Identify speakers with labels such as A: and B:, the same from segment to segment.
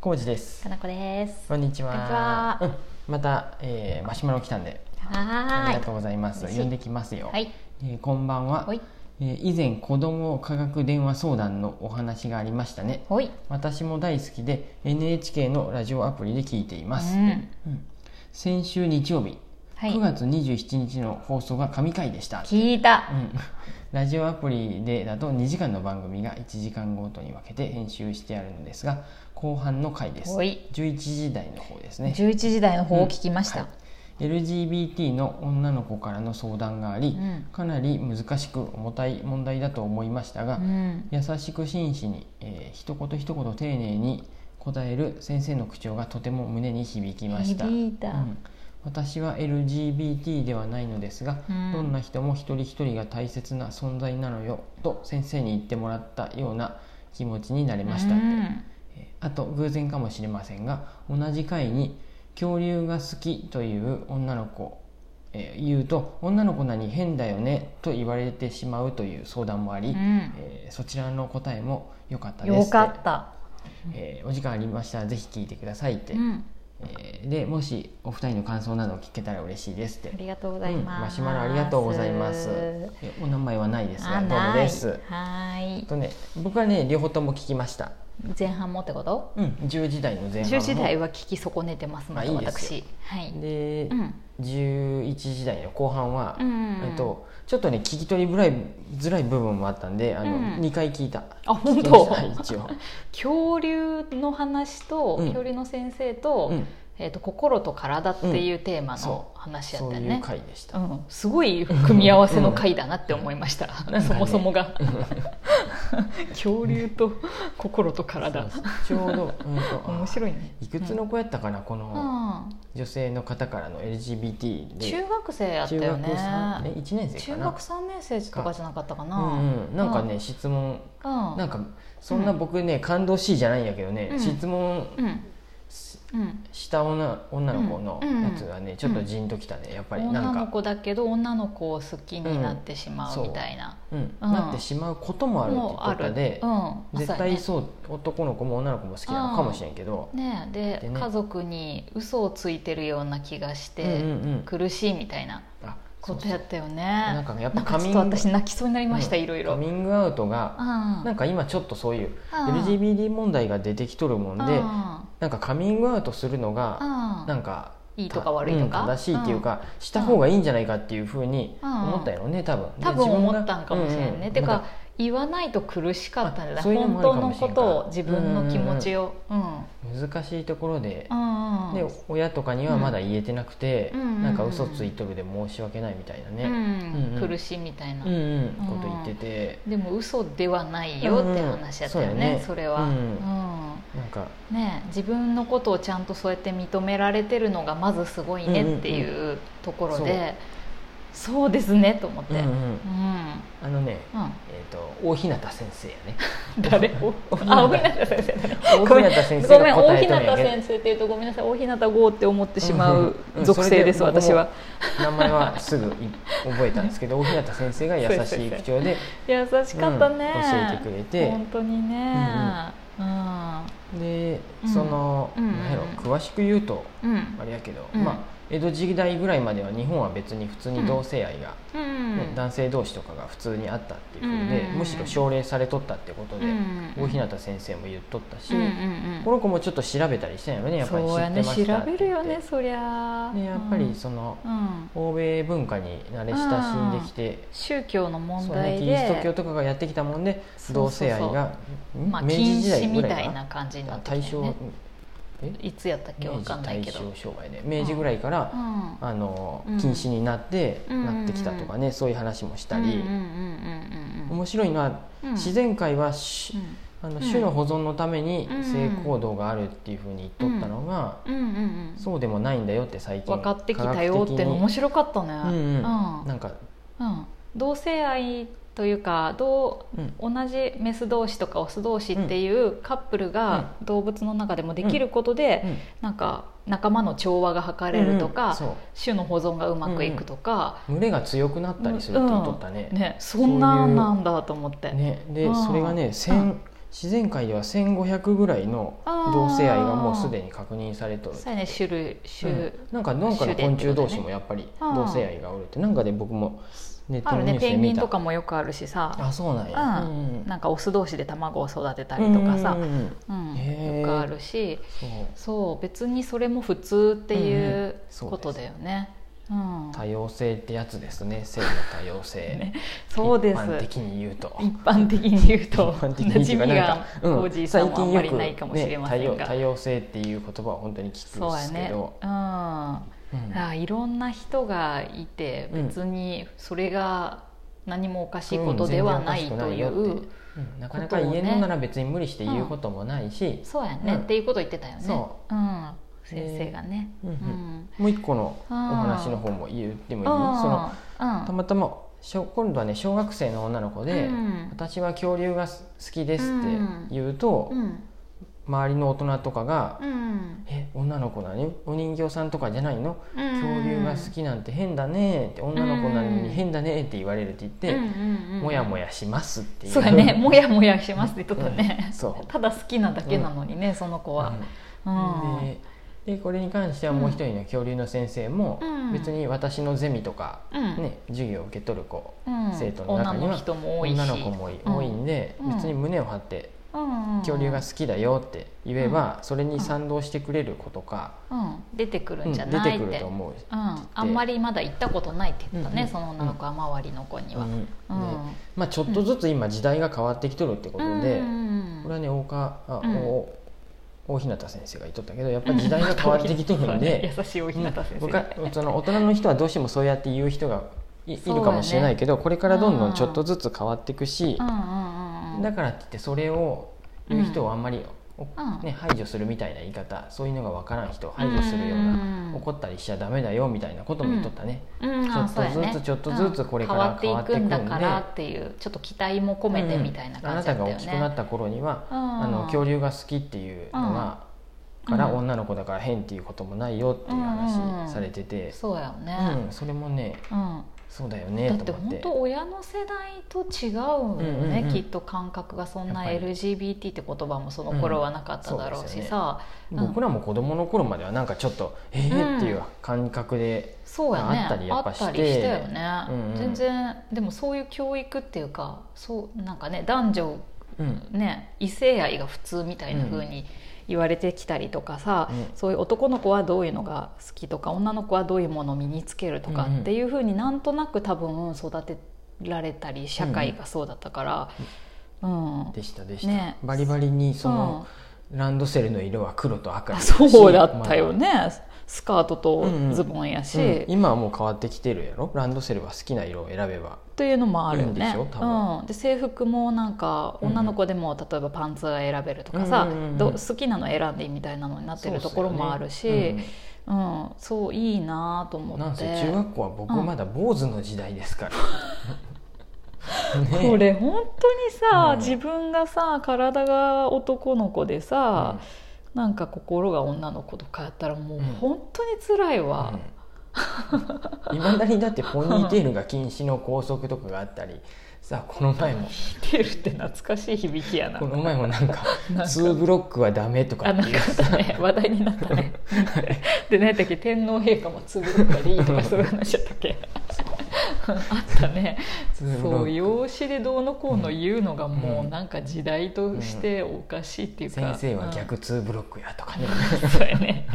A: 浩二です
B: かなこです。
A: こんにちは
B: こんにちは
A: うん、また、えーマシュマロ来たんであり
B: は
A: がとうございます
B: 嬉しい
A: 呼んできますよ、
B: ーい。はい。
A: えーこんばんは
B: ほい。
A: えー以前子ども科学電話相談のお話がありましたね
B: ほい。
A: 私も大好きで NHK のラジオアプリで聞いています、
B: うん。
A: うん先週日曜日、
B: はい
A: 9月27日の放送が神回でした
B: 聞いた。
A: うんラジオアプリでだと2時間の番組が1時間ごとに分けて編集してあるのですが後半の回です
B: おい
A: 11時台の方ですね
B: 11時台の方を聞きまし
A: は
B: た。
A: い LGBT の女の子からの相談があり、
B: うん
A: かなり難しく重たい問題だと思いましたが、
B: うん。
A: 優しく真摯に、えー一言一言丁寧に答える先生の口調がとても胸に響きました
B: 響いた
A: うん私は LGBT ではないのですが、
B: うん
A: どんな人も一人一人が大切な存在なのよと先生に言ってもらったような気持ちになりました、
B: うん
A: えーあと偶然かもしれませんが同じ回に恐竜が好きという女の子、えー言うと女の子なに変だよねと言われてしまうという相談もあり、
B: うん
A: えーそちらの答えも良かったです
B: よかった。
A: えーお時間ありましたらぜひ聞いてくださいって、
B: うん。
A: えーでもしお二人の感想などを聞けたら嬉しいですって
B: ありがとうございます。
A: うんマシュマロありがとうございますえお名前はないですが
B: あ、
A: どうも
B: ない。
A: です
B: はい
A: えっ。とね僕はね両方とも聞きました
B: 前半もってこと？
A: うん10時台の前半も
B: 10時台は聞き損ねてますの
A: あ
B: で、
A: いいですよ
B: 私。はい。
A: で、
B: うん。
A: 11時台の後半は、
B: うん
A: えっと、ちょっとね聞き取りづらいづらい部分もあったんであの、
B: うん
A: 2回聞いた
B: あ本
A: 聞きま
B: 当
A: したはい一 応、
B: 恐竜の話と、
A: うん
B: 恐竜の先生と、
A: うん、
B: えー、と心と体っていうテーマの話やっ
A: そう
B: たよ
A: いう
B: ね、
A: 回でした、
B: うんすごい組み合わせの回だなって思いました、
A: ん
B: そもそもが恐竜と心と
A: そ
B: 体
A: うそうちょうど、うんと、
B: 面白いね
A: いくつの子やったかな、こ
B: う
A: の
B: ん
A: 女性の方からの LGBT で
B: 中学生やったよね
A: 中学三え一年生
B: 中
A: かな
B: 学3年生とかじゃなかったかな、
A: うんうん、なんかね、質問
B: うん、うん
A: なんかそんな僕ね、感動しいじゃないんやけどね、
B: うん
A: 質問
B: うん
A: し
B: うん
A: した女女の子の
B: うん
A: やつがねちょっとジンときたねやっぱりな
B: 女
A: ん
B: の
A: か、
B: 子だけど女の子を好きになってしまうみたいな、
A: うん
B: うん
A: なってしまうこともあるって
B: もうあ
A: こと
B: る
A: で、
B: うん
A: 絶
B: そうや
A: 対
B: ね
A: そう男の子も女の子も好きなのかもしれんけど、
B: ねで
A: でね
B: 家族に嘘をついてるような気がし
A: うんうん
B: て、
A: うん
B: 苦しいみたいな
A: あそ
B: こ
A: う
B: と
A: そう
B: やったよね
A: なんかねやっぱ
B: なんかちょっと私泣きそうになりました、いろいろ
A: カミングアウトが、
B: な
A: なんか今ちょっとそういう
B: うん
A: LGBT 問題が出てきとるもんで、なんかカミングアウトするのが、なんか
B: いいとか悪いとか
A: うん正しいっていうか、した方がいいんじゃないかっていうふうに思ったよね多分で
B: 多分
A: 自分が
B: 思ったんかもしれんね、
A: うん
B: て
A: ま
B: か言わないと苦しかったんだ
A: あ
B: ね
A: そういうのも
B: 本
A: あるか
B: 当の
A: もしれ
B: こ
A: んか
B: とを自分の気持ちをうん
A: だ難しいところで
B: う、んうん
A: で親とかにはまだ言えてなくて、
B: うんうんうんうん
A: なんか嘘ついとるで申し訳ないみたいな
B: う
A: ね、
B: ん
A: うんうん
B: 苦しいみたいな、
A: うんうんこと言ってて、
B: でも嘘ではないよって話だったよね,、
A: うんうんそうやね
B: それは、
A: うん
B: うん
A: なんか
B: ねえ、自分のことをちゃんとそうやって認められてるのがまずすごいねっていうところで、
A: うんうん
B: そうですねと思って、
A: う
B: うん
A: うん
B: うん
A: あのね、えー、と大日向先生やね
B: 誰あ大日向先生だ
A: 大
B: ね ごめん
A: 日向先生
B: ごめん
A: が
B: 大
A: 答え
B: 日
A: とるんや
B: 向
A: けど
B: 先生っていうとごめんなさい大日向剛って思ってしまう
A: うんうん
B: 属性です、
A: それで
B: 私は
A: 名前はすぐい覚えたんですけ ど大日向先生が優しい口調で
B: 優しかった
A: う
B: ね、
A: ん教えてくれて
B: 本当にねうん
A: で
B: うん
A: その、
B: うんうんうん
A: なんやろ詳しく言うと
B: うんうん
A: あれやけど、
B: うん
A: まあ、江戸時代ぐらいまでは日本は別に普通に同性愛が、
B: う
A: ね
B: ん
A: 男性同士とかが普通にあったっていうふうで、
B: うんうん
A: むしろ奨励されとったってことで、
B: うん
A: 大日向先生も言っとったし、
B: うんうん
A: この子もちょっと調べたりしたんやろねやっぱり知
B: そうや
A: って
B: ね
A: ましたって言
B: 調
A: って
B: べるよねそりゃ
A: でやっぱ
B: う
A: り
B: ん
A: その、
B: うん
A: 欧米文化に慣れ親しんできて、
B: 宗教の問
A: そうね
B: 題
A: キ
B: で、
A: リスト教とかがやってきたもんで
B: そうそうそう
A: 同性愛が、ん
B: まあ、
A: 明治
B: 禁
A: 時代
B: 止
A: ぐ
B: み
A: らい
B: たい
A: か
B: な感じにな
A: な
B: って
A: 大
B: きた
A: 正
B: よね
A: え
B: いつやったっけわ
A: 明治
B: かんない
A: 大
B: けど、う
A: 正
B: ん、
A: 商売で明治ぐらいから、あの
B: うん
A: 禁止になって、
B: うん
A: なってきたとかねそういう話もしたり、
B: うんうんうんうん
A: 面白いのは、
B: うん
A: 自然界はし、あの
B: ん
A: 種の保存のために
B: うん
A: 性行動があるっていうふうに言っとったのが、
B: うんうんうん
A: そうでもないんだよって最近
B: 分かってきたよっての面白かったね
A: 科学的にうんうん
B: うん
A: なんか、
B: うん同性愛というか同
A: うん
B: 同じメス同士とかオス同士っていうカップルが動物の中でもできることで、
A: うん
B: なんか仲間の調和が図れると
A: うんうん
B: か、
A: そ
B: 種の保存がうまくいくとか、
A: う群れが強くなったりするって言っとったね。
B: ねそんなんなんだと思って、
A: ねで
B: うん
A: それがね千、
B: うん
A: 自然界では1500ぐらいの
B: あー
A: 同性愛がもうすでに確認されとる
B: そうやね種類種、
A: うんなんかなんかの
B: 種でってことね
A: 昆虫同士もやっぱり同性愛がおるってなんかで僕もネット
B: あ
A: の
B: る
A: ニュ
B: ね
A: ースで
B: ペンギ
A: 見
B: ン
A: た
B: とかもよくあるしさ
A: あそうなんや、
B: うん
A: うんうん
B: なんかオス同士で卵を育てたりとかさ
A: うん、うんうん
B: うん
A: へー
B: よくあるし
A: そう
B: そう別にそれも普通って
A: んう
B: い
A: ん
B: う
A: そうです
B: ことだよね。うん、
A: 多様性ってやつですね性の多様 性、
B: そうで
A: 一
B: す
A: 般的に言うと
B: 一般的に言うと
A: 一般的に
B: 馴
A: 言
B: 染
A: うと
B: み
A: なん
B: が
A: かうん
B: おじいさんはあんまりないかもし
A: 最近
B: れ
A: よ
B: ま
A: く
B: せん
A: ね多
B: が、
A: 様多様性っていう言葉は本当に聞く
B: そ
A: ん
B: う
A: で
B: や
A: すけ
B: ね、うん
A: ど、うん
B: あいろんな人がいて
A: うん
B: 別にそれが何もおかしいことではない
A: うん
B: とい
A: 全然おかしくないよっ
B: う
A: てうんなかなか家のなら別に無理して言うこともないし、
B: そうやね
A: うん
B: っていうこと言ってたよね
A: そ
B: うん先生がね
A: うんうん
B: うん
A: もう一個のお話の方も言ってもいいその
B: うん
A: たまたま小今度はね小学生の女の子で、
B: うん
A: 私は恐竜が好きです」って言うと、
B: うん
A: 周りの大人とかが「
B: うん
A: え女の子なにお人形さんとかじゃないの
B: うん
A: 恐竜が好きなんて変だね」って「女の子なのに変だね」って言われるって言って、
B: うんうんうん
A: もやもやしますっていう
B: そうや ねもやもやしますって言っとったね
A: うんそう
B: ただ好きなだけなのにねその子はうん
A: うんででこれに関してはもう一人の恐竜の先生も、
B: うん
A: 別に私のゼミとか、
B: うん
A: ね、授業を受け取る子
B: うん
A: 生徒の中には
B: 女の人も多いし
A: 女の子も多い,、
B: うん
A: 多いんで
B: うん
A: 別に胸を張って
B: うんうん
A: 恐竜が好きだよって言えば、それに賛同してくれる子とか、
B: うん出てくる
A: うんん
B: じゃ
A: 出
B: な
A: て
B: いって
A: くると思う、
B: うん、あんまりまだ行ったことないって言ってたね、
A: うんうん
B: その女の子は周りの子には。
A: うんね
B: うん
A: まあ、ちょっとずつ今時代が変わってきとるってことで、
B: うん
A: これはね大川あ、
B: うん
A: 大大日向先生が言っとったけどやっぱり時代が変わってきとるんで、
B: 優しいおひなた先生、
A: うん昔その大人の人はどうしてもそうやって言う人がい,、いるかもしれないけどこれからどんどんちょっとずつ変わっていくし
B: うん、うんうんうん
A: だからって言ってそれを言う人をあんまり、お
B: うん
A: ね、排除するみたいな言い方そういうのが分からん人を排除するような、
B: うん
A: 怒ったりしちゃダメだよみたいなことも言っとったね。
B: うんあそうやね
A: ちょっとずつちょっとずつこれから
B: うん変わっていくんだ
A: 変わ
B: か
A: っていくん
B: ら
A: で
B: っていうちょっと期待も込めてみたいな
A: うんあ
B: 感
A: な
B: じ
A: た
B: だった
A: が
B: よね、
A: 大きくなった頃には、
B: うん
A: あの恐竜が好きっていうのが、
B: うん
A: から
B: うん
A: 女の子だから変っていうこともないよっていう話されてて、
B: そうやよね、
A: うんそれもね
B: うん
A: そうだよね
B: だっ
A: と
B: て
A: 思って
B: 本当親の世代と違うよね、
A: うんうんうん
B: きっと感覚がそんな
A: やっぱり
B: LGBT って言葉もその頃はなかっただろうしさ、うん
A: 僕らも子供の頃まではなんかちょっと、えーっていう感覚で、
B: そうやね
A: あったりやっぱして
B: あったりしたよね、
A: うんうん
B: 全然でもそういう教育っていうかそうなんかね男女
A: うん
B: ね異性愛が普通みたいな風に言われてきたりとかさ、
A: うん
B: そういう男の子はどういうのが好きとか女の子はどういうものを身につけるとか
A: うんうん
B: っていう風になんとなく多分育てられたり社会がそうだったから、うん
A: でしたでした、
B: ね
A: バリバリにそ
B: うん
A: の、ランドセルの色は黒と赤
B: あ
A: やし
B: そうだったよね、スカートとズボンやし、
A: まあうん今はもう変わってきてるやろランドセルは好きな色を選べば
B: というのもあるよ
A: いいんで
B: ね
A: しょ多分
B: うん、で制服もなんか
A: うん
B: 女の子でも例えばパンツが選べるとかさ、
A: うんうんうん
B: ど好きなの選んでいいみたいなのになってるところもあ
A: そ
B: る
A: うっすよ
B: し
A: ね
B: うん、そういいなと
A: う
B: 思
A: んなん
B: って
A: せ中学校は僕
B: うん
A: まだ坊主の時代ですから ね
B: これ本当にさ、
A: うん
B: 自分がさ体が男の子でさ、なんか心が女の子とかやったらもう
A: うん
B: 本当に辛いわ、
A: いま、うん未だにだってポニーテールが禁止の校則とかがあったりさこの前 も
B: 見てるって懐かしい響きやな
A: この前もなんか
B: なんか
A: 2ブロックはダメとか
B: あ
A: って
B: なん
A: いう
B: かあったね話題になっ たねで何やったっけ天皇陛下もつぶろかでいいとかそういう話だったっ けあったね
A: ツーブロ
B: そう
A: ック
B: 養子でどうのこうの言うのがも
A: う
B: うんなんか時代としておかしいっていうか、
A: 先生は
B: う
A: 逆2ブロックやとかね
B: んそうやね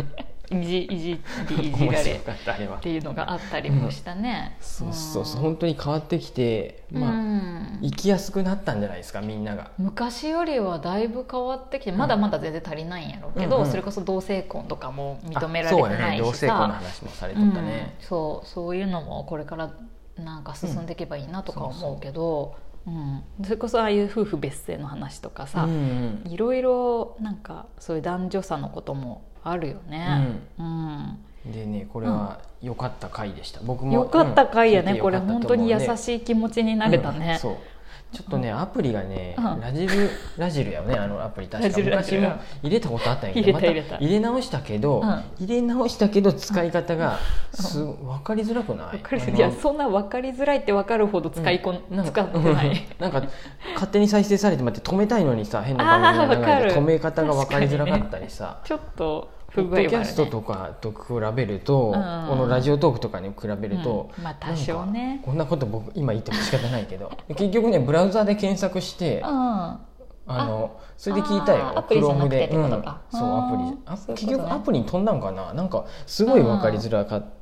B: いじいじりいじ
A: 面
B: られ
A: 白
B: っ
A: かったあれは
B: ていうのがあったりもしたね、
A: そうそうそうん本当に変わってきて
B: う
A: まあ
B: ん
A: 生きやすくなったんじゃないですかみんなが
B: 昔よりはだいぶ変わってきてまだまだ全然足りないんやろうけど、
A: うんうん
B: それこそ同性婚とかも認めら
A: あ
B: れ
A: そ
B: て
A: うや
B: ないしさ、
A: ね同性婚の話もされとったね
B: うん、そうそういうのもこれからなんか進んでいけばいいなとか思うけど、うん、それこそああいう夫婦別姓の話とか
A: う
B: さ、
A: んうん
B: いろいろなんかそういう男女差のこともあるよね。うん
A: でねこれは良かった回でした僕も
B: よかった回やね、
A: うん
B: これ
A: 聞いて
B: 本
A: 良
B: 当に優
A: かったと思うんで
B: しい気持ちになれたね
A: うん。そうちょっとねアプリがね、
B: うん
A: ラジルラジルやよねあのアプリ確
B: ラ
A: か
B: ジルラ
A: 昔
B: ジル
A: も入れたことあったんやけど
B: 入れた
A: 入れ直したけど、
B: うん
A: 入れ直したけど使い方がす分かりづらくない
B: わかりづら
A: あ
B: い
A: の
B: いやそんな分かりづらいって分かるほど使いこん、
A: なん
B: 使
A: か
B: ってない
A: なんか勝手に再生されて待って止めたいのにさ変な番組が流れ
B: あーわかる
A: て止め方が分かりづらかったりさ
B: ちょっと
A: ポッ
B: 不具
A: ド
B: 合はあ
A: キ
B: る、
A: ャ
B: ね、
A: ストとかと比べると、
B: うん
A: このラジオトークとかに比べると、
B: うんまあ多少ね
A: こんなこと僕今言っても仕方ないけど 結局ねブラウザで検索して
B: う
A: あ
B: ん
A: のそれで聞いた
B: あ
A: よ
B: ーアプリじゃなく
A: Chrome
B: て
A: で、うん、
B: っ
A: そう
B: てことか
A: アプリ
B: あー
A: あ
B: そういうこ
A: 結
B: とね
A: 局アプリに飛んだんかななんかすごい分かりづらかって、
B: うん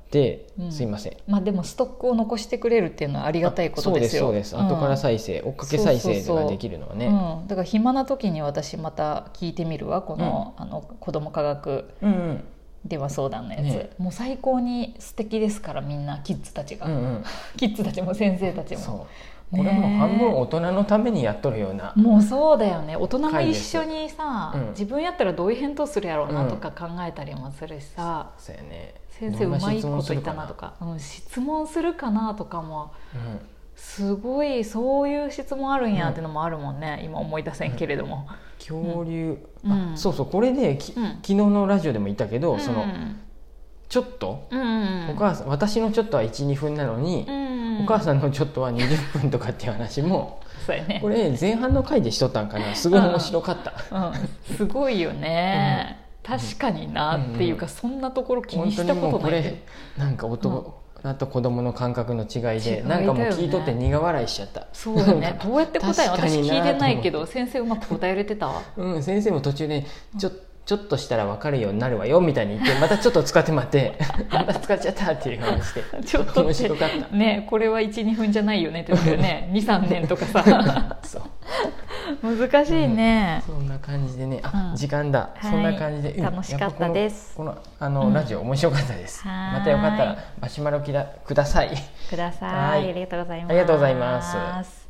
A: すいません
B: まあでもストックを残してくれるっていうのはありがたいことですよ
A: そうですそうです、後から再生追っかけ再生
B: そうそうそう
A: ができるのは
B: う
A: ね
B: んうん、だから暇な時に私また聞いてみるわこの,、あの子ども科学
A: うんうん
B: 電話相談のやつ、
A: ね
B: もう最高に素敵ですからみんなキッズたちが、
A: うんうん
B: キッズたちも先生たちも
A: そうこれもう半分大人のためにやっとるような、
B: もうそうだよね大人も
A: 回
B: 一
A: です
B: 緒にさ、
A: うん
B: 自分やったらどういう返答するやろうなとか考えたりもするしさ、
A: そうやね
B: 先生う
A: どん
B: まい
A: 質
B: こ
A: 問
B: と
A: す
B: 言
A: る
B: ったなとかうん、質問するかなとかも
A: うん
B: すごいそういう質問あるんやってのもあるもんね、今思い出せんけれども。
A: 恐竜、
B: うん
A: あ
B: うん
A: そうそうこれでき、
B: うん
A: 昨日のラジオでも言ったけど、その
B: うん
A: ちょっと、
B: うんうん
A: お母さん私のちょっとは12分なのに
B: う、ん、
A: お母
B: ん
A: さんのちょっとは20分とかっていう話も
B: そうやね
A: これ前半の回でしとったんかなすごい面白かった。
B: うん、すごいよね、確かになっていうか、
A: う
B: そんなところ気
A: 本
B: に
A: 当
B: し
A: に
B: た
A: も
B: こ
A: う
B: と
A: こ
B: ない
A: れなんか男、と子供の感覚の違い
B: 違
A: で
B: いだよね
A: なんかもう聞いとって苦笑いしちゃった
B: そうよ ねどうやって答え
A: 確か
B: 私
A: にな
B: 聞いてないけど先生うまく答えれてたわ
A: うん、先生も途中でちょちょっとしたら分かるようになるわよみたいに言ってまたちょっと使って待って また使っちゃったっていう話して
B: ちょっと
A: 面
B: って
A: 白かった
B: ねこれは12分じゃないよねってことよ ね23年とかさ
A: そう
B: 難しいね、
A: そんな感じでねあ、
B: うん
A: 時間だ、
B: はい
A: そんな感じで、うん
B: 楽しか
A: や
B: った
A: ぱこの
B: です
A: このあの、
B: うん
A: ラジオ面白かったです
B: はーい
A: またよかったらマシュマロきだください
B: ください
A: はい
B: ありがとうございます
A: ありがとうございます